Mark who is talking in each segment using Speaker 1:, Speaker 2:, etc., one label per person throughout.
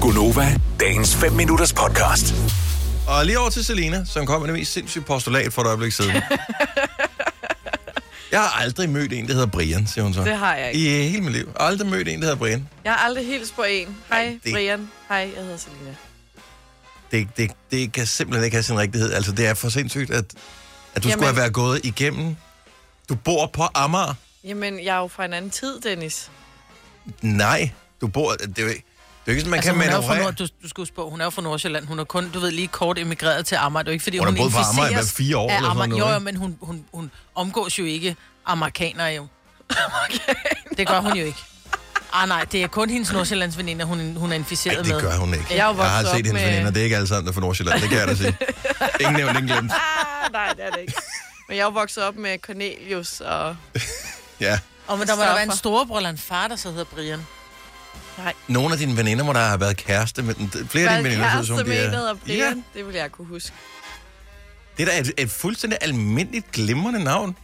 Speaker 1: Gunova, dagens 5 minutters podcast.
Speaker 2: Og lige over til Selina, som kom med det mest sindssyge postulat for et øjeblik siden. jeg har aldrig mødt en, der hedder Brian, siger hun så.
Speaker 3: Det har jeg ikke.
Speaker 2: I hele mit liv. Jeg har aldrig mødt en, der hedder Brian.
Speaker 3: Jeg har aldrig hils på en. Hej,
Speaker 2: det-
Speaker 3: Brian. Hej, jeg hedder Selina.
Speaker 2: Det, det, det kan simpelthen ikke have sin rigtighed. Altså, det er for sindssygt, at, at du Jamen. skulle
Speaker 3: Jamen.
Speaker 2: have været gået igennem. Du bor på Amager.
Speaker 3: Jamen, jeg er jo fra en anden tid, Dennis.
Speaker 2: Nej, du bor... Det er jo ikke, det er jo ikke sådan, man
Speaker 4: Altså,
Speaker 2: kan
Speaker 4: hun er jo fra
Speaker 2: manøvrere.
Speaker 4: Nord, du, du skulle spå, hun er jo fra Nordsjælland. Hun er kun, du ved, lige kort emigreret til Amager. Det er jo ikke, fordi
Speaker 2: Hun
Speaker 4: hun,
Speaker 2: har boet på
Speaker 4: inficeres
Speaker 2: Amager i hvad, fire år
Speaker 4: af
Speaker 2: eller sådan
Speaker 4: Amager.
Speaker 2: noget,
Speaker 4: Jo, jo,
Speaker 2: ikke?
Speaker 4: men hun, hun, hun omgås jo ikke amerikanere jo. Det gør hun jo ikke. Ah, nej, det er kun hendes Nordsjællands veninder, hun, hun er inficeret
Speaker 2: Ej,
Speaker 4: med.
Speaker 2: det gør hun ikke.
Speaker 3: Jeg er jo
Speaker 2: jeg har
Speaker 3: vokset
Speaker 2: set
Speaker 3: op
Speaker 2: hendes
Speaker 3: med-
Speaker 2: veninder. Det er ikke alle sammen, der er fra Nordsjælland. Det kan jeg da sige. Ingen nævnt, ingen glemt.
Speaker 3: Ah, nej, det er det ikke. Men jeg er jo vokset op med Cornelius, og
Speaker 2: Ja.
Speaker 4: Og men der må der være en
Speaker 3: Stoffer.
Speaker 4: storebror eller en far, der så hedder Brian.
Speaker 2: Nogle af dine veninder må der have været kæreste med den. Flere af dine
Speaker 3: været
Speaker 2: veninder ser ud
Speaker 3: kæreste
Speaker 2: som
Speaker 3: med
Speaker 2: de
Speaker 3: en, der
Speaker 2: er.
Speaker 3: hedder Brian. Ja. Det ville jeg kunne huske.
Speaker 2: Det er da et, et fuldstændig almindeligt glimrende navn.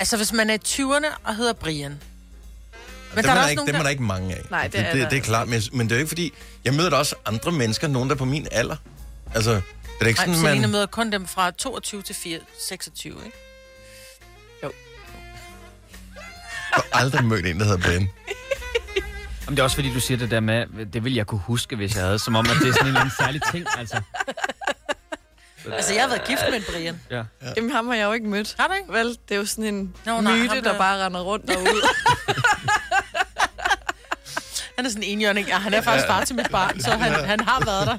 Speaker 4: Altså, hvis man er i 20'erne og hedder Brian.
Speaker 2: Men dem
Speaker 4: der
Speaker 2: er
Speaker 4: er
Speaker 2: der,
Speaker 4: også
Speaker 2: ikke,
Speaker 4: nogen,
Speaker 2: dem er
Speaker 4: der-
Speaker 2: der ikke mange af.
Speaker 3: Nej, det
Speaker 2: det,
Speaker 3: er
Speaker 2: det,
Speaker 3: der
Speaker 2: det er klart, men, men det er jo ikke fordi... Jeg møder da også andre mennesker, nogen der er på min alder. Altså, det er da ikke
Speaker 4: Nej,
Speaker 2: sådan,
Speaker 4: Selina
Speaker 2: man...
Speaker 4: møder kun dem fra 22 til 4, 26, ikke?
Speaker 2: Jeg har aldrig mødt en, der hedder Ben.
Speaker 5: Jamen, det er også fordi, du siger det der med, det ville jeg kunne huske, hvis jeg havde, som om, at det er sådan en eller anden særlig ting, altså.
Speaker 4: Altså, jeg har været gift med en Brian.
Speaker 5: Ja.
Speaker 3: Jamen, ham har jeg jo ikke mødt.
Speaker 4: Har du ikke?
Speaker 3: Vel, det er jo sådan en
Speaker 4: Nå,
Speaker 3: Nå,
Speaker 4: nej,
Speaker 3: nej, myte,
Speaker 4: ham
Speaker 3: der
Speaker 4: der-
Speaker 3: bare render rundt derude.
Speaker 4: Han er sådan en enhjørning. Ja, han er faktisk far til mit barn, så han, han har været der.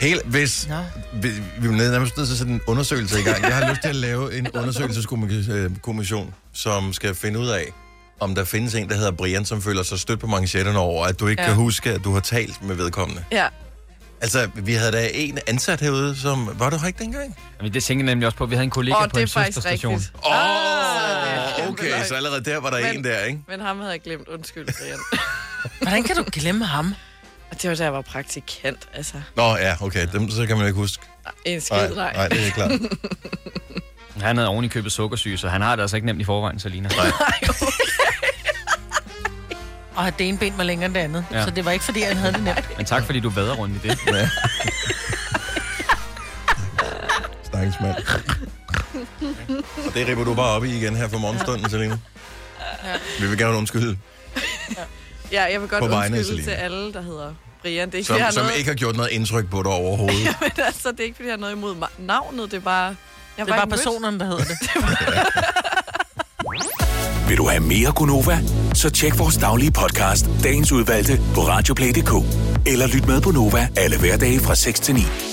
Speaker 2: Hele, hvis...
Speaker 4: Nå.
Speaker 2: Vi, vi er nærmest nødt til at sætte en undersøgelse i gang. Jeg har lyst til at lave en undersøgelseskommission, som skal finde ud af, om der findes en, der hedder Brian, som føler sig stødt på manchetterne over, at du ikke ja.
Speaker 3: Ja.
Speaker 2: kan huske, at du har talt med vedkommende.
Speaker 3: ja,
Speaker 2: Altså, vi havde da en ansat herude, som... Var du her ikke dengang?
Speaker 5: Jamen, det tænker jeg nemlig også på, vi havde en kollega
Speaker 3: og
Speaker 5: på
Speaker 3: det
Speaker 5: en
Speaker 3: er faktisk
Speaker 5: søsterstation.
Speaker 3: rigtigt.
Speaker 2: Åh,
Speaker 3: det er
Speaker 2: oh,
Speaker 3: kæmpe
Speaker 2: okay,
Speaker 3: løgn.
Speaker 2: så allerede der var der
Speaker 3: Men-
Speaker 2: en der, ikke?
Speaker 3: Men ham havde jeg glemt. Undskyld, Brian.
Speaker 4: Hvordan kan du glemme ham?
Speaker 3: Og det var, da jeg var praktikant, altså.
Speaker 2: Nå ja, okay, dem, så kan man jo ikke huske.
Speaker 3: En skid, nej.
Speaker 2: nej, det er klart.
Speaker 5: Han havde oven i købet sukkersyge, så han har det altså ikke nemt i forvejen, Selina.
Speaker 4: Og at det ene ben var længere end det andet.
Speaker 5: Ja.
Speaker 4: Ja. Så det var ikke, fordi han havde det nemt.
Speaker 5: Men tak, fordi du vader rundt i det.
Speaker 2: Ja. Stakkels mand. Og det ripper du bare op i igen her for morgenstunden, Selina. Vi vil gerne undskylde,
Speaker 3: Ja, jeg vil
Speaker 2: På
Speaker 3: godt
Speaker 2: vegne af
Speaker 3: undskylde til
Speaker 2: Selina.
Speaker 3: alle, der hedder Brian. Det er ikke,
Speaker 2: som,
Speaker 3: fordi jeg har
Speaker 2: som
Speaker 3: noget,
Speaker 2: ikke har gjort noget indtryk på dig overhovedet.
Speaker 3: men altså, det er ikke, fordi jeg har noget imod ma- navnet. Det er bare... Jeg
Speaker 4: Det var bare personerne, der hedder det.
Speaker 1: Vil du have mere Gunova? Så tjek vores daglige podcast, dagens udvalgte, på radioplay.dk. Eller lyt med på Nova alle hverdage fra 6 til 9.